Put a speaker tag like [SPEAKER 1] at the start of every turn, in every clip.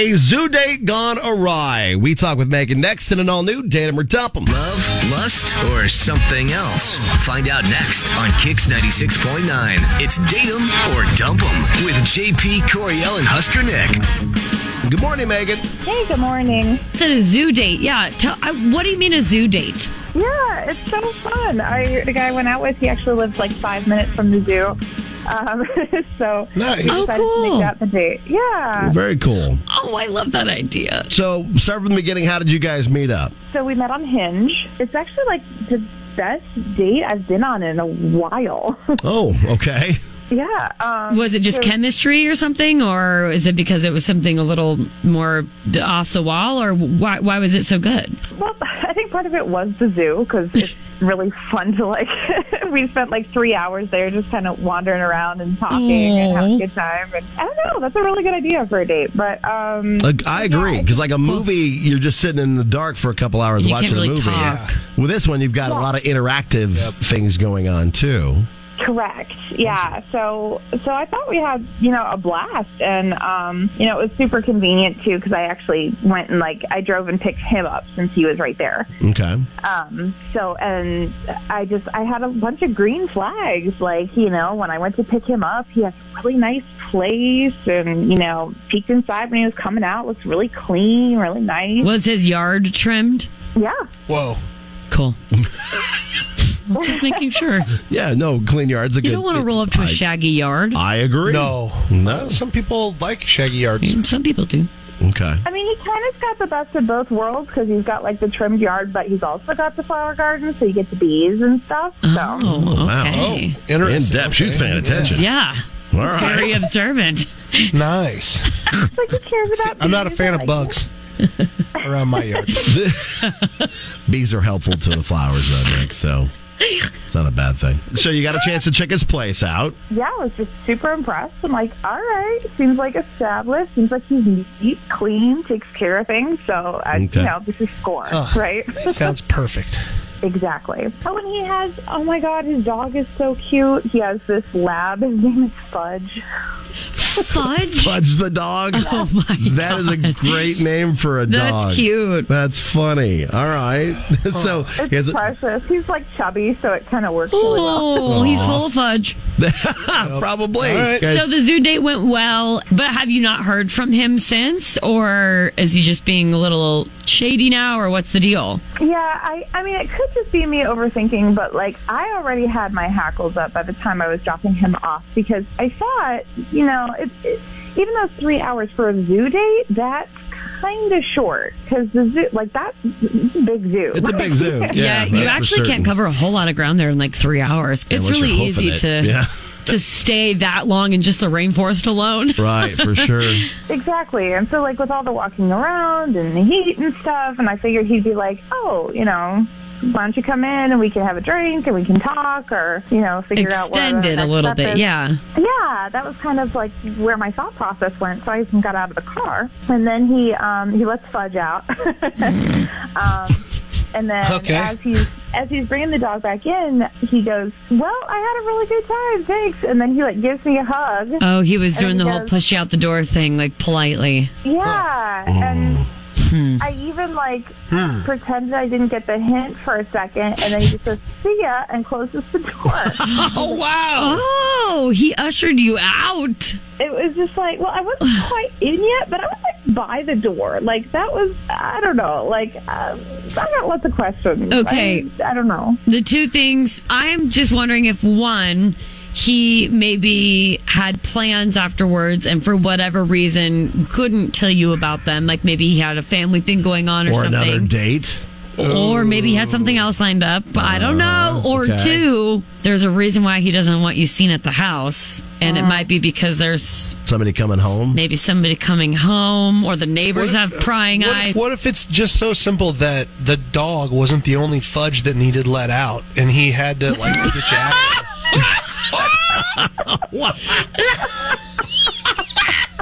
[SPEAKER 1] A zoo date gone awry. We talk with Megan next in an all new Danimer Topham.
[SPEAKER 2] Love, lust, or something else? Find out next on Kix 96.9. It's Date 'em or Dump 'em with JP Coriel and Husker Nick.
[SPEAKER 1] Good morning, Megan.
[SPEAKER 3] Hey, good morning.
[SPEAKER 4] It's a zoo date. Yeah. Tell, I, what do you mean a zoo date?
[SPEAKER 3] Yeah, it's so fun. I the guy I went out with, he actually lives like five minutes from the zoo. Um, so
[SPEAKER 1] Nice.
[SPEAKER 3] we
[SPEAKER 1] Oh,
[SPEAKER 3] decided to
[SPEAKER 4] cool.
[SPEAKER 3] make that the date. Yeah.
[SPEAKER 1] Very cool.
[SPEAKER 4] Oh, I love that idea.
[SPEAKER 1] So, start from the beginning. How did you guys meet up?
[SPEAKER 3] So we met on Hinge. It's actually like the best date I've been on in a while.
[SPEAKER 1] Oh, okay.
[SPEAKER 3] yeah. Um,
[SPEAKER 4] Was it just
[SPEAKER 3] so-
[SPEAKER 4] chemistry or something, or is it because it was something a little more d- off the wall, or why, why was it so good?
[SPEAKER 3] Well, I think part of it was the zoo because it's really fun to like. we spent like three hours there just kind of wandering around and talking and having a good time. And I don't know. That's a really good idea for a date. But um,
[SPEAKER 1] Like, I agree because, like a movie, you're just sitting in the dark for a couple hours
[SPEAKER 4] You can't
[SPEAKER 1] watching
[SPEAKER 4] really
[SPEAKER 1] a movie.
[SPEAKER 4] talk.
[SPEAKER 1] With this one, you've got a lot of interactive things going on too.
[SPEAKER 3] Correct. Yeah. So so I thought we had you know a blast, and um, you know it was super convenient too because I actually went and like I drove and picked him up since he was right there.
[SPEAKER 1] Okay.
[SPEAKER 3] Um, so and I just I had a bunch of green flags. Like you know when I went to pick him up, he has a really nice place, and you know peeked inside when he was coming out looked really clean, really nice.
[SPEAKER 4] Was his yard trimmed?
[SPEAKER 3] Yeah.
[SPEAKER 1] Whoa.
[SPEAKER 4] Cool. just making sure.
[SPEAKER 1] Yeah. No, clean yards. A
[SPEAKER 4] You
[SPEAKER 1] good,
[SPEAKER 4] don't want to roll up to
[SPEAKER 1] I-
[SPEAKER 4] a shaggy yard.
[SPEAKER 1] I agree.
[SPEAKER 5] No.
[SPEAKER 1] No.
[SPEAKER 5] Some people like shaggy yards.
[SPEAKER 4] Some people do.
[SPEAKER 1] Okay.
[SPEAKER 3] I mean, he kind of's got the best of both worlds because he's got like the trimmed yard, but he's also got the flower garden, so you get the bees and stuff. So.
[SPEAKER 4] Oh,
[SPEAKER 1] wow.
[SPEAKER 4] okay.
[SPEAKER 1] In
[SPEAKER 5] Interesting.
[SPEAKER 1] depth. She's paying attention.
[SPEAKER 4] Yeah.
[SPEAKER 1] All right.
[SPEAKER 4] Very observant.
[SPEAKER 5] Nice.
[SPEAKER 3] It's like, who cares about
[SPEAKER 5] I'm not a
[SPEAKER 3] bees? I
[SPEAKER 5] fan of
[SPEAKER 3] like
[SPEAKER 5] bugs around my yard.
[SPEAKER 1] Bees are helpful to the flowers, though, Nick. So it's not a bad thing. So you got a chance to check his place out.
[SPEAKER 3] it. Yeah, I was just super impressed. I'm like, all right, seems like established. Seems like he's neat, clean, takes care of things. So, I,
[SPEAKER 1] Okay.
[SPEAKER 3] you know, this is score,
[SPEAKER 5] Ugh.
[SPEAKER 3] right?
[SPEAKER 5] Sounds perfect.
[SPEAKER 3] exactly. Oh, and he has, oh my God, his dog is so cute. He has this lab. His name is Fudge.
[SPEAKER 4] Fudge.
[SPEAKER 1] Fudge the dog.
[SPEAKER 4] Oh my
[SPEAKER 1] That is a
[SPEAKER 4] God.
[SPEAKER 1] great name for a
[SPEAKER 4] That's
[SPEAKER 1] dog.
[SPEAKER 4] cute.
[SPEAKER 1] That's funny. All right. so
[SPEAKER 3] It's
[SPEAKER 1] is it-
[SPEAKER 3] precious. He's like chubby, so it kind of works really well.
[SPEAKER 4] Oh, he's full of fudge.
[SPEAKER 1] probably.
[SPEAKER 5] All right.
[SPEAKER 1] Guys,
[SPEAKER 4] So the zoo date went well, but have you not heard from him since, or is he just being a little shady now, or what's the deal?
[SPEAKER 3] Yeah, I, I mean, it could just be me overthinking, but like I already had my hackles up by the time I was dropping him off because I thought, you know, it, it, even though it's three hours for a zoo date, that's kind of short because the zoo, like that big zoo.
[SPEAKER 1] it's a big zoo. Yeah, that's
[SPEAKER 4] you
[SPEAKER 1] for
[SPEAKER 4] actually
[SPEAKER 1] certain.
[SPEAKER 4] can't cover a whole lot of ground there in like three hours. it's
[SPEAKER 1] unless
[SPEAKER 4] really
[SPEAKER 1] you're hoofing
[SPEAKER 4] easy
[SPEAKER 1] it.
[SPEAKER 4] to
[SPEAKER 1] Yeah.
[SPEAKER 4] to stay that long in just the rainforest alone.
[SPEAKER 1] Right, for sure.
[SPEAKER 3] Exactly. And so, like, with all the walking around and the heat and stuff, and I figured he'd be like, oh, you know, why don't you come in and we can have a drink and we can talk or, you know, figure out
[SPEAKER 4] Extend
[SPEAKER 3] what
[SPEAKER 4] it a little bit, yeah.
[SPEAKER 3] Yeah, that was kind of like where my thought process went. So I even got out of the car, and then he um, he lets Fudge out, um, and then
[SPEAKER 5] Okay.
[SPEAKER 3] as he's as he's bringing the dog back in, he goes, "Well, I had a really good time, thanks." And then he like gives me a hug.
[SPEAKER 4] Oh, he was doing
[SPEAKER 3] And
[SPEAKER 4] the
[SPEAKER 3] he
[SPEAKER 4] whole
[SPEAKER 3] goes-
[SPEAKER 4] push you out the door thing, like politely.
[SPEAKER 3] Yeah, and. I even like pretended I didn't get the hint for a second, and then he just says "see ya" and closes the door.
[SPEAKER 4] Oh wow! Oh, he ushered you out.
[SPEAKER 3] it was just like, well, I wasn't quite in yet, but I was like by the door. Like that was, I don't know. Like um, I got lots of questions.
[SPEAKER 4] Okay.
[SPEAKER 3] I, I don't know.
[SPEAKER 4] the two things i'm just wondering if one he maybe had plans afterwards and for whatever reason couldn't tell you about them like maybe he had a family thing going on or,
[SPEAKER 1] Or another
[SPEAKER 4] something
[SPEAKER 1] date.
[SPEAKER 4] or maybe he had something else lined up but i don't
[SPEAKER 5] Uh-huh.
[SPEAKER 4] know or
[SPEAKER 1] okay.
[SPEAKER 4] two there's a reason why he doesn't want you seen at the house and it might be because there's
[SPEAKER 1] Somebody coming home.
[SPEAKER 4] maybe somebody coming home or the neighbors have prying
[SPEAKER 5] What
[SPEAKER 4] eyes
[SPEAKER 5] if, what if it's just so simple that the dog wasn't the only fudge that needed let out and he had to like get you out of
[SPEAKER 1] What?
[SPEAKER 5] there?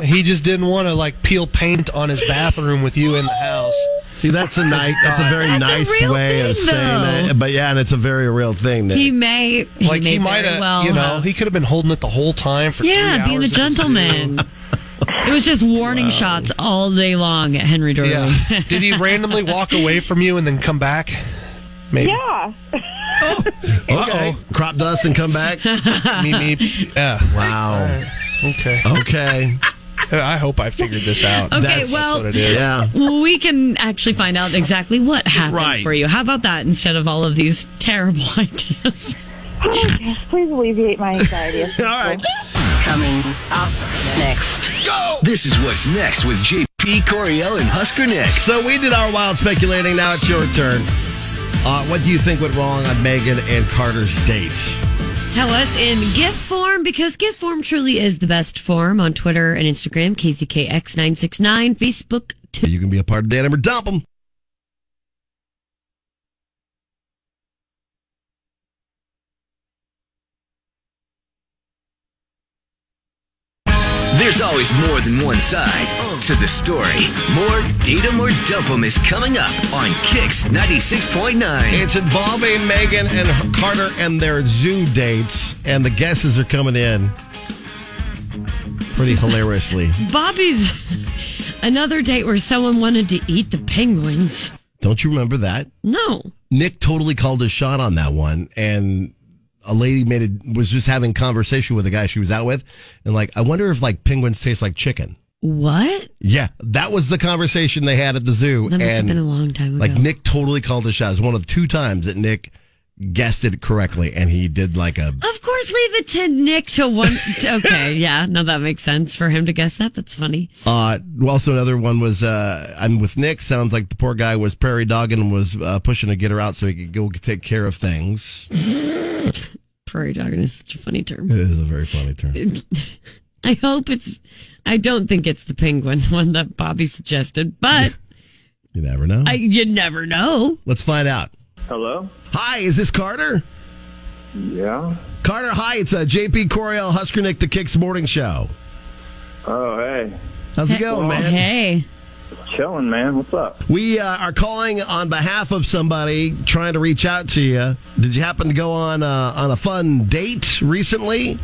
[SPEAKER 5] He just didn't want to like peel paint on his bathroom with you in the house.
[SPEAKER 1] See, that's a nice. That's a very
[SPEAKER 4] That's a
[SPEAKER 1] nice
[SPEAKER 4] real
[SPEAKER 1] way of
[SPEAKER 4] thing,
[SPEAKER 1] saying
[SPEAKER 4] though.
[SPEAKER 1] that. But yeah, and it's a very real thing. That
[SPEAKER 4] he may he
[SPEAKER 5] Like
[SPEAKER 4] may
[SPEAKER 5] he, might
[SPEAKER 4] very
[SPEAKER 5] have,
[SPEAKER 4] well
[SPEAKER 5] you know,
[SPEAKER 4] have-
[SPEAKER 5] he could have been holding it the whole time for three
[SPEAKER 4] yeah being a
[SPEAKER 5] hours at the zoo.
[SPEAKER 4] gentleman It was just warning shots all day long at Henry Doorway.
[SPEAKER 5] Yeah. Did he randomly walk away from you and then come back? Maybe.
[SPEAKER 3] Yeah.
[SPEAKER 1] Uh oh. Crop dust and come back.
[SPEAKER 5] Meep, meep. Yeah.
[SPEAKER 1] Wow.
[SPEAKER 5] Okay.
[SPEAKER 1] Okay.
[SPEAKER 5] I hope I figured this out.
[SPEAKER 4] Okay,
[SPEAKER 5] That's-
[SPEAKER 4] well-
[SPEAKER 5] that's what it is.
[SPEAKER 1] Yeah.
[SPEAKER 4] Well, we can actually find out exactly what happened
[SPEAKER 1] Right.
[SPEAKER 4] for you. How about that instead of all of these terrible ideas?
[SPEAKER 3] Please alleviate my anxiety. if
[SPEAKER 1] All right.
[SPEAKER 6] Coming up next.
[SPEAKER 2] This is what's next with JP Coriel and Husker Nick.
[SPEAKER 1] So we did our wild speculating. Now it's your turn. Uh, what do you think went wrong on Megan and Carter's date?
[SPEAKER 4] Tell us in gift form because gift form truly is the best form on Twitter and Instagram, KZKX969, Facebook, too.
[SPEAKER 1] You can be a part of Dan Amber Dump 'em.
[SPEAKER 2] There's always more than one side to the story. More Datum or Dump'em is coming up on Kix 96.9.
[SPEAKER 1] It's involving Megan and Carter and their zoo dates, and the guesses are coming in pretty hilariously.
[SPEAKER 4] Bobby's another date where someone wanted to eat the penguins.
[SPEAKER 1] Don't you remember that?
[SPEAKER 4] No.
[SPEAKER 1] Nick totally called his shot on that one, and a lady made it was just having conversation with a guy she was out with, and like, I wonder if like penguins taste like chicken.
[SPEAKER 4] What?
[SPEAKER 1] Yeah, that was the conversation they had at the zoo,
[SPEAKER 4] That must have
[SPEAKER 1] and
[SPEAKER 4] been a long time ago.
[SPEAKER 1] like Nick totally called his shot. It was one of two times that Nick guessed it correctly, and he did like a
[SPEAKER 4] Of course, leave it to Nick to one. okay, yeah, no, that makes sense for him to guess that. That's funny.
[SPEAKER 1] Uh, also, another one was uh, I'm with Nick. Sounds like the poor guy was prairie dogging and was uh, pushing to get her out so he could go take care of things.
[SPEAKER 4] Prairie dogging is such a funny term.
[SPEAKER 1] It is a very funny term.
[SPEAKER 4] I hope it's. I don't think it's the penguin one that Bobby suggested, but
[SPEAKER 1] You never know.
[SPEAKER 4] I, you never know.
[SPEAKER 1] Let's find out.
[SPEAKER 7] Hello?
[SPEAKER 1] Hi, is this Carter?
[SPEAKER 7] Yeah.
[SPEAKER 1] Carter, hi. It's uh, JP Coriel Husker Nick, the Kicks Morning Show.
[SPEAKER 7] Oh, hey.
[SPEAKER 1] How's it going, man?
[SPEAKER 4] Hey,
[SPEAKER 7] Chilling, man. What's up?
[SPEAKER 1] We uh, are calling on behalf of somebody trying to reach out to you. Did you happen to go on uh, on a fun date recently?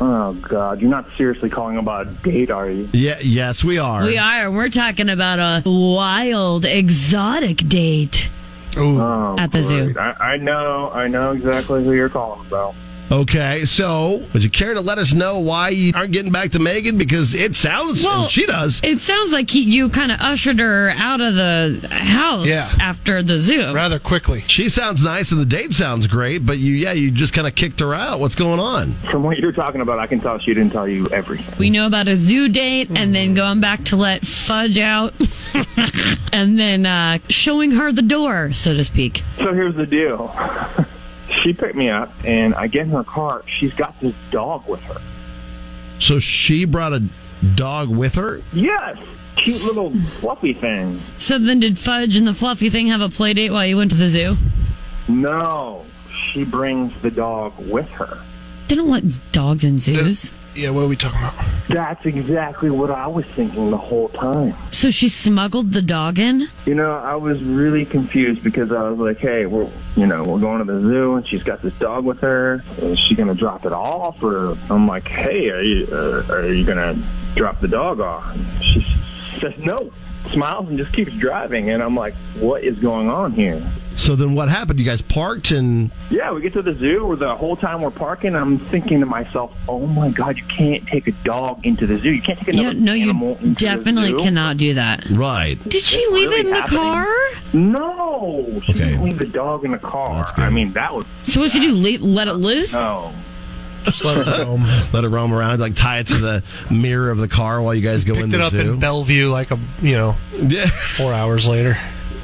[SPEAKER 7] Oh, God. You're not seriously calling about a date, are you?
[SPEAKER 1] Yeah, yes, we are.
[SPEAKER 4] we are. We're talking about a wild, exotic date
[SPEAKER 1] Uh,
[SPEAKER 7] Oh,
[SPEAKER 4] at the zoo.
[SPEAKER 7] great. I, I know. I know exactly who you're calling about.
[SPEAKER 1] Okay, so would you care to let us know why you aren't getting back to Megan? Because it sounds,
[SPEAKER 4] Well-
[SPEAKER 1] and she does.
[SPEAKER 4] It sounds like he, you kind of ushered her out of the house
[SPEAKER 5] Yeah.
[SPEAKER 4] after the zoo.
[SPEAKER 5] Rather quickly.
[SPEAKER 1] She sounds nice and the date sounds great, but you, yeah, you just kind of kicked her out. What's going on?
[SPEAKER 7] From what you're talking about, I can tell she didn't tell you everything.
[SPEAKER 4] We know about a zoo date and then
[SPEAKER 7] Mm-hmm.
[SPEAKER 4] going back to let Fudge out and then uh, showing her the door, so to speak.
[SPEAKER 7] So here's the deal. she picked me up, and I get in her car. She's got this dog with her.
[SPEAKER 1] So she brought a dog with her.
[SPEAKER 7] Yes. Cute little fluffy thing.
[SPEAKER 4] So then, did Fudge and the fluffy thing have a play date while you went to the zoo?
[SPEAKER 7] No. She brings the dog with her.
[SPEAKER 4] They don't want dogs in zoos.
[SPEAKER 5] Yeah, what are we talking about?
[SPEAKER 7] That's exactly what I was thinking the whole time.
[SPEAKER 4] So she smuggled the dog in?
[SPEAKER 7] You know, I was really confused because I was like, "Hey, we're you know we're going to the zoo, and she's got this dog with her. Is she gonna drop it off?" Or I'm like, "Hey, are you uh, are you gonna drop the dog off?" And she says, "No." Smiles and just keeps driving, and I'm like, "What is going on here?"
[SPEAKER 1] So then what happened? You guys parked and
[SPEAKER 7] Yeah, we get to the zoo. Where the whole time we're parking, I'm thinking to myself, "Oh my God, you can't take a dog into the zoo. You can't take another
[SPEAKER 4] Yeah, no,
[SPEAKER 7] animal
[SPEAKER 4] you
[SPEAKER 7] into the
[SPEAKER 4] definitely
[SPEAKER 7] zoo."
[SPEAKER 4] cannot do that.
[SPEAKER 1] right.
[SPEAKER 4] Did she leave
[SPEAKER 7] really
[SPEAKER 4] it in the
[SPEAKER 7] happening?
[SPEAKER 4] car?
[SPEAKER 7] No, she
[SPEAKER 1] Okay.
[SPEAKER 7] didn't leave the dog in the car.
[SPEAKER 1] That's good.
[SPEAKER 7] I mean, that would
[SPEAKER 4] So what should you do? Leave, let it loose?
[SPEAKER 7] no.
[SPEAKER 5] Just let her roam.
[SPEAKER 1] Let her roam around, like tie it to the mirror of the car while you guys go in
[SPEAKER 5] Picked
[SPEAKER 1] the
[SPEAKER 5] it up
[SPEAKER 1] zoo.
[SPEAKER 5] in Bellevue like a you know
[SPEAKER 1] yeah.
[SPEAKER 5] four hours later.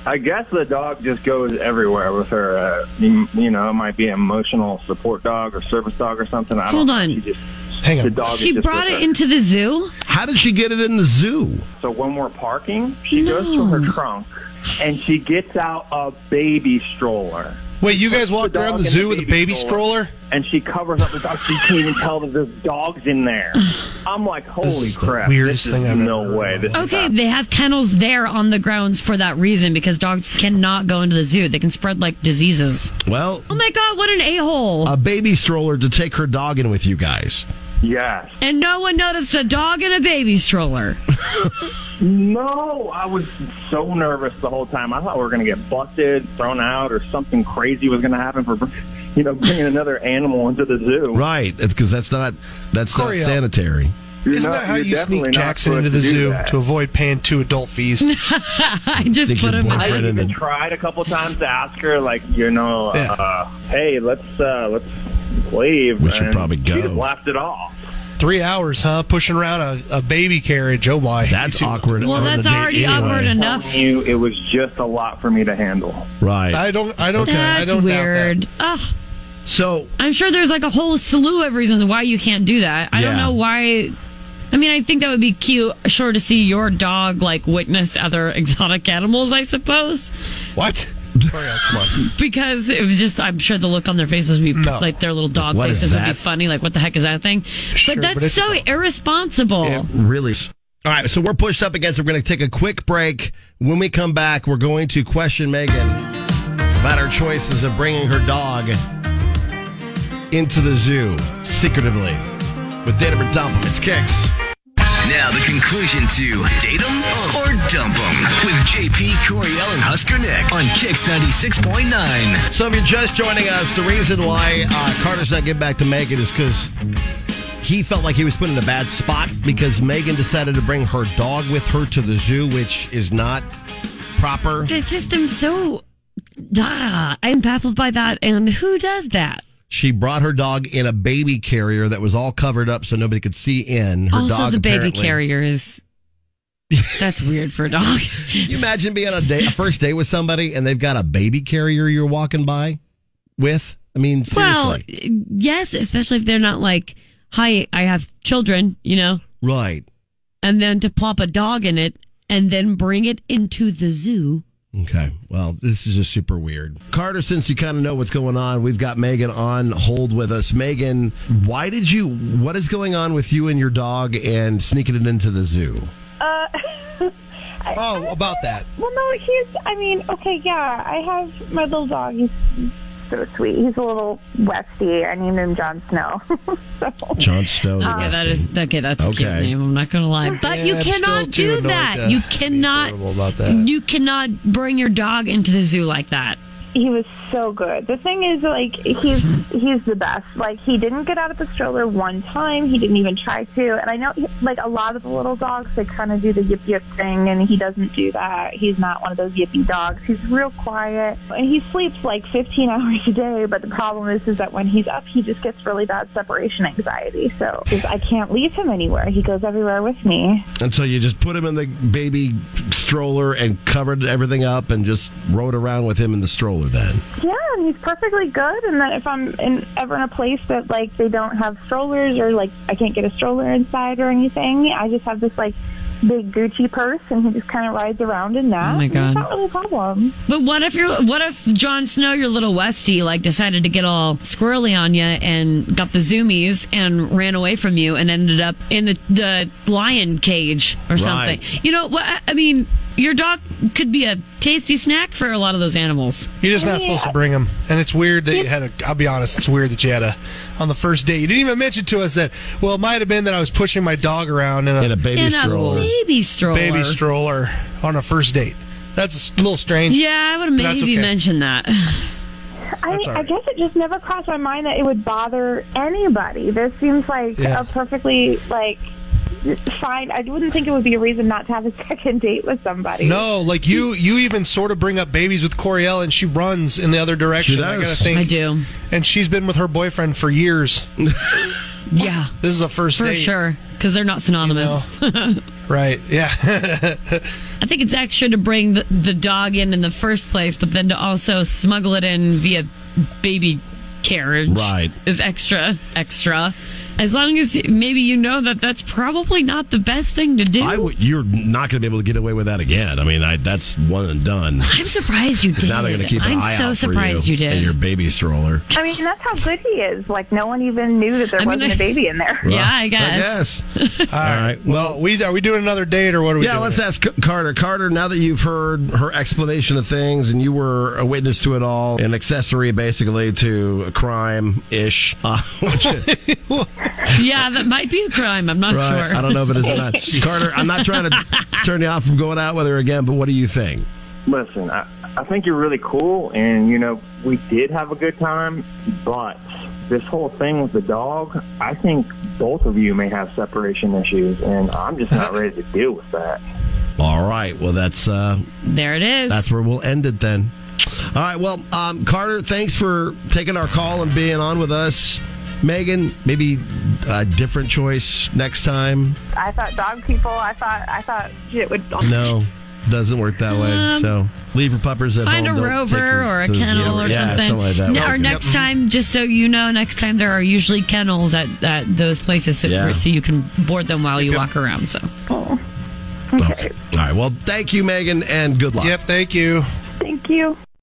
[SPEAKER 7] I guess the dog just goes everywhere with her. Uh, you, you know, it might be an emotional support dog or service dog or something. I
[SPEAKER 4] Hold
[SPEAKER 7] don't
[SPEAKER 4] on.
[SPEAKER 7] Know. She just,
[SPEAKER 5] Hang on.
[SPEAKER 7] The dog
[SPEAKER 4] She
[SPEAKER 7] is just
[SPEAKER 4] brought
[SPEAKER 7] with
[SPEAKER 4] it
[SPEAKER 7] her.
[SPEAKER 4] into the zoo?
[SPEAKER 1] How did she get it in the zoo?
[SPEAKER 7] So when we're parking, she goes
[SPEAKER 4] No.
[SPEAKER 7] to her trunk and she gets out a baby stroller
[SPEAKER 5] Wait, you guys walked
[SPEAKER 7] dog
[SPEAKER 5] around the
[SPEAKER 7] and the
[SPEAKER 5] zoo with a
[SPEAKER 7] baby
[SPEAKER 5] baby
[SPEAKER 7] stroller.
[SPEAKER 5] stroller?
[SPEAKER 7] and she covers up the dog. She can't even tell that there's dogs in there. I'm like, holy
[SPEAKER 5] is the
[SPEAKER 7] crap!
[SPEAKER 5] weirdest
[SPEAKER 7] this
[SPEAKER 5] thing
[SPEAKER 7] is
[SPEAKER 5] I've
[SPEAKER 7] no
[SPEAKER 5] ever heard
[SPEAKER 7] way.
[SPEAKER 5] in
[SPEAKER 7] This
[SPEAKER 5] my
[SPEAKER 7] is
[SPEAKER 4] Okay,
[SPEAKER 7] not-
[SPEAKER 4] they have kennels there on the grounds for that reason because dogs cannot go into the zoo. They can spread like diseases.
[SPEAKER 1] Well,
[SPEAKER 4] Oh my god, what an a hole.
[SPEAKER 1] a baby stroller to take her dog in with you guys.
[SPEAKER 7] Yes.
[SPEAKER 4] And no one noticed a dog in a baby stroller.
[SPEAKER 7] No, I was so nervous the whole time. I thought we were going to get busted, thrown out, or something crazy was going to happen for, you know, bringing another animal into the zoo.
[SPEAKER 1] Right, because that's not that's
[SPEAKER 5] Corey,
[SPEAKER 1] not
[SPEAKER 5] uh,
[SPEAKER 1] sanitary.
[SPEAKER 7] You're
[SPEAKER 5] Isn't
[SPEAKER 7] not-
[SPEAKER 5] that how
[SPEAKER 7] you're
[SPEAKER 5] you
[SPEAKER 7] definitely
[SPEAKER 5] sneak
[SPEAKER 7] not
[SPEAKER 5] Jackson
[SPEAKER 7] supposed
[SPEAKER 5] into the
[SPEAKER 7] to do
[SPEAKER 5] zoo
[SPEAKER 7] that.
[SPEAKER 5] to avoid paying two adult fees?
[SPEAKER 4] I just
[SPEAKER 1] Think
[SPEAKER 4] put
[SPEAKER 1] your
[SPEAKER 4] him
[SPEAKER 1] boyfriend-
[SPEAKER 4] in.
[SPEAKER 7] I
[SPEAKER 1] Friend and then-
[SPEAKER 7] even tried a couple times to ask her, like, you know,
[SPEAKER 5] Yeah.
[SPEAKER 7] uh, hey, let's uh, let's leave.
[SPEAKER 1] We should
[SPEAKER 7] and
[SPEAKER 1] probably go.
[SPEAKER 7] She just laughed it off.
[SPEAKER 5] Three hours, huh? Pushing around a, a baby carriage. Oh my,
[SPEAKER 1] That's
[SPEAKER 5] You two-
[SPEAKER 1] awkward.
[SPEAKER 4] Well,
[SPEAKER 1] on the
[SPEAKER 4] that's
[SPEAKER 1] date
[SPEAKER 4] already
[SPEAKER 1] anyway.
[SPEAKER 4] awkward enough.
[SPEAKER 7] Telling you, it was just a lot for me to handle.
[SPEAKER 1] Right.
[SPEAKER 5] I don't. I don't. I
[SPEAKER 4] That's
[SPEAKER 5] don't doubt that.
[SPEAKER 4] weird. Ugh,
[SPEAKER 1] so
[SPEAKER 4] I'm sure there's like a whole slew of reasons why you can't do that. I don't
[SPEAKER 1] Yeah.
[SPEAKER 4] know why. I mean, I think that would be cute, sure, to see your dog like witness other exotic animals, I suppose.
[SPEAKER 5] What? Hurry up, come on.
[SPEAKER 4] Because it was just, I'm sure the look on their faces would be
[SPEAKER 5] No.
[SPEAKER 4] like their little dog
[SPEAKER 1] What is
[SPEAKER 4] faces would be
[SPEAKER 1] that?
[SPEAKER 4] funny. Like, what the heck is that thing?
[SPEAKER 5] Sure,
[SPEAKER 4] but
[SPEAKER 5] but
[SPEAKER 4] that's
[SPEAKER 5] it's
[SPEAKER 4] so
[SPEAKER 5] a
[SPEAKER 4] irresponsible.
[SPEAKER 1] really. All right, so we're pushed up against. it. We're going to take a quick break. When we come back, we're going to question Megan about her choices of bringing her dog into the zoo secretively with Data or Dump 'Em. It's Kicks.
[SPEAKER 2] Now the conclusion to date 'em or dump 'em with JP Corey Ellen Husker Nick on Kix ninety six point nine.
[SPEAKER 1] So if you're just joining us, the reason why uh, Carter's not getting back to Megan is because he felt like he was put in a bad spot because Megan decided to bring her dog with her to the zoo, which is not proper.
[SPEAKER 4] I just am so. Ah, I'm baffled by that. And who does that?
[SPEAKER 1] she brought her dog in a baby carrier that was all covered up so nobody could see in. Her
[SPEAKER 4] also,
[SPEAKER 1] dog,
[SPEAKER 4] the baby
[SPEAKER 1] apparently-
[SPEAKER 4] carrier is. That's weird for a dog.
[SPEAKER 1] Can You imagine being on a day, a first day with somebody, and they've got a baby carrier you're walking by with. I mean,
[SPEAKER 4] well,
[SPEAKER 1] seriously,
[SPEAKER 4] yes, especially if they're not like, hi, I have children, you know,
[SPEAKER 1] right?
[SPEAKER 4] and then to plop a dog in it and then bring it into the zoo.
[SPEAKER 1] Okay. Well, this is just super weird. Carter, since you kind of know what's going on, we've got Megan on hold with us. Megan, why did you, what is going on with you and your dog and sneaking it into the zoo?
[SPEAKER 3] Uh,
[SPEAKER 5] Oh, about that.
[SPEAKER 3] Well, no, he's. I mean, okay, yeah. I have my little dog. He's so sweet. He's a little Westie. I named him Jon Snow. so,
[SPEAKER 1] John Snow. the
[SPEAKER 4] Okay, that
[SPEAKER 1] Westie.
[SPEAKER 4] is okay. That's a cute
[SPEAKER 1] Okay.
[SPEAKER 4] name. I'm not gonna lie, but you
[SPEAKER 5] Yeah, I'm still
[SPEAKER 4] cannot
[SPEAKER 5] too
[SPEAKER 4] do
[SPEAKER 5] annoyed
[SPEAKER 4] that.
[SPEAKER 5] to
[SPEAKER 4] you
[SPEAKER 5] be
[SPEAKER 4] cannot.
[SPEAKER 5] terrible about that.
[SPEAKER 4] You cannot bring your dog into the zoo like that.
[SPEAKER 3] he was so good. The thing is, like, he's he's the best. Like, he didn't get out of the stroller one time. He didn't even try to. And I know, like, a lot of the little dogs they kind of do the yip yip thing, and he doesn't do that. He's not one of those yippy dogs. He's real quiet, and he sleeps like 15 hours a day. But the problem is, is that when he's up, he just gets really bad separation anxiety. So 'cause I can't leave him anywhere. He goes everywhere with me.
[SPEAKER 1] And so you just put him in the baby stroller and covered everything up and just rode around with him in the stroller then.
[SPEAKER 3] Yeah, and he's perfectly good. And then if I'm in, ever in a place that like they don't have strollers or like I can't get a stroller inside or anything, I just have this like big Gucci purse, and he just kind of rides around in that.
[SPEAKER 4] Oh, my
[SPEAKER 3] And
[SPEAKER 4] God.
[SPEAKER 3] it's not really a problem.
[SPEAKER 4] But what if you what if Jon Snow, your little Westie, like decided to get all squirrely on you and got the zoomies and ran away from you and ended up in the, the lion cage or something? You know what? I- I mean, your dog could be a tasty snack for a lot of those animals.
[SPEAKER 5] You're just not supposed to bring them, and it's weird that you had a. I'll be honest, it's weird that you had a on the first date. You didn't even mention to us that. Well, it might have been that I was pushing my dog around in a,
[SPEAKER 1] In a baby
[SPEAKER 4] in
[SPEAKER 1] stroller.
[SPEAKER 4] a baby stroller.
[SPEAKER 5] baby stroller on a first date. That's a s- little strange.
[SPEAKER 4] Yeah, I would have
[SPEAKER 5] That's
[SPEAKER 4] maybe
[SPEAKER 5] okay.
[SPEAKER 4] mentioned that.
[SPEAKER 3] I,
[SPEAKER 5] That's all
[SPEAKER 3] I
[SPEAKER 5] right.
[SPEAKER 3] guess it just never crossed my mind that it would bother anybody. This seems like
[SPEAKER 5] Yeah.
[SPEAKER 3] a perfectly like fine. I wouldn't think it would be a reason not to have a second date with somebody.
[SPEAKER 5] No, like you, you even sort of bring up babies with Coriel, and she runs in the other direction. I
[SPEAKER 1] does.
[SPEAKER 5] gotta think.
[SPEAKER 4] I do.
[SPEAKER 5] And she's been with her boyfriend for years.
[SPEAKER 4] Yeah,
[SPEAKER 5] This is a first
[SPEAKER 4] for
[SPEAKER 5] date,
[SPEAKER 4] sure. Because they're not synonymous.
[SPEAKER 5] right? Yeah.
[SPEAKER 4] I think it's extra to bring the, the dog in in the first place, but then to also smuggle it in via baby carriage.
[SPEAKER 1] Right.
[SPEAKER 4] Is extra, extra. As long as maybe you know that that's probably not the best thing to do.
[SPEAKER 1] I would. You're not going to be able to get away with that again. I mean, I, that's one and done.
[SPEAKER 4] I'm surprised you did.
[SPEAKER 1] Now they're going to keep an
[SPEAKER 4] I'm
[SPEAKER 1] eye
[SPEAKER 4] so
[SPEAKER 1] out
[SPEAKER 4] surprised
[SPEAKER 1] for you,
[SPEAKER 4] you, did.
[SPEAKER 1] and your baby stroller.
[SPEAKER 3] I mean that's how good he is. Like no one even knew that there
[SPEAKER 4] I mean,
[SPEAKER 3] wasn't
[SPEAKER 4] I-
[SPEAKER 3] a baby in there.
[SPEAKER 4] yeah, I guess.
[SPEAKER 1] I guess. All right.
[SPEAKER 5] well, we are we doing another date or what are we?
[SPEAKER 1] Yeah,
[SPEAKER 5] doing
[SPEAKER 1] let's
[SPEAKER 5] here?
[SPEAKER 1] ask Carter. Carter, now that you've heard her explanation of things and you were a witness to it all, an accessory basically to a crime ish, uh, what's your,
[SPEAKER 4] yeah, that might be a crime. I'm not
[SPEAKER 1] Right.
[SPEAKER 4] sure.
[SPEAKER 1] I don't know if it is or not. Carter, I'm not trying to turn you off from going out with her again, but what do you think?
[SPEAKER 7] Listen, I, I think you're really cool, and you know we did have a good time, but this whole thing with the dog, I think both of you may have separation issues, and I'm just not ready to deal with that.
[SPEAKER 1] All right. Well, that's uh,
[SPEAKER 4] There it is.
[SPEAKER 1] that's where we'll end it then. All right. Well, um, Carter, thanks for taking our call and being on with us. Megan, maybe a different choice next time.
[SPEAKER 3] I thought dog people. I thought I thought shit would.
[SPEAKER 1] No, doesn't work that way.
[SPEAKER 4] Um,
[SPEAKER 1] so leave your puppers at
[SPEAKER 4] Find a
[SPEAKER 1] home. Don't take
[SPEAKER 4] rover
[SPEAKER 1] her
[SPEAKER 4] or a
[SPEAKER 1] to the zoo.
[SPEAKER 4] kennel or
[SPEAKER 1] yeah,
[SPEAKER 4] something.
[SPEAKER 1] like that.
[SPEAKER 4] No,
[SPEAKER 1] Well,
[SPEAKER 4] or next time, just so you know, next time there are usually kennels at, at those places, so,
[SPEAKER 1] Yeah.
[SPEAKER 4] so you can board them while you walk around. So
[SPEAKER 1] okay. All right. Well, thank you, Megan, and good luck.
[SPEAKER 5] Yep, thank you.
[SPEAKER 3] Thank you.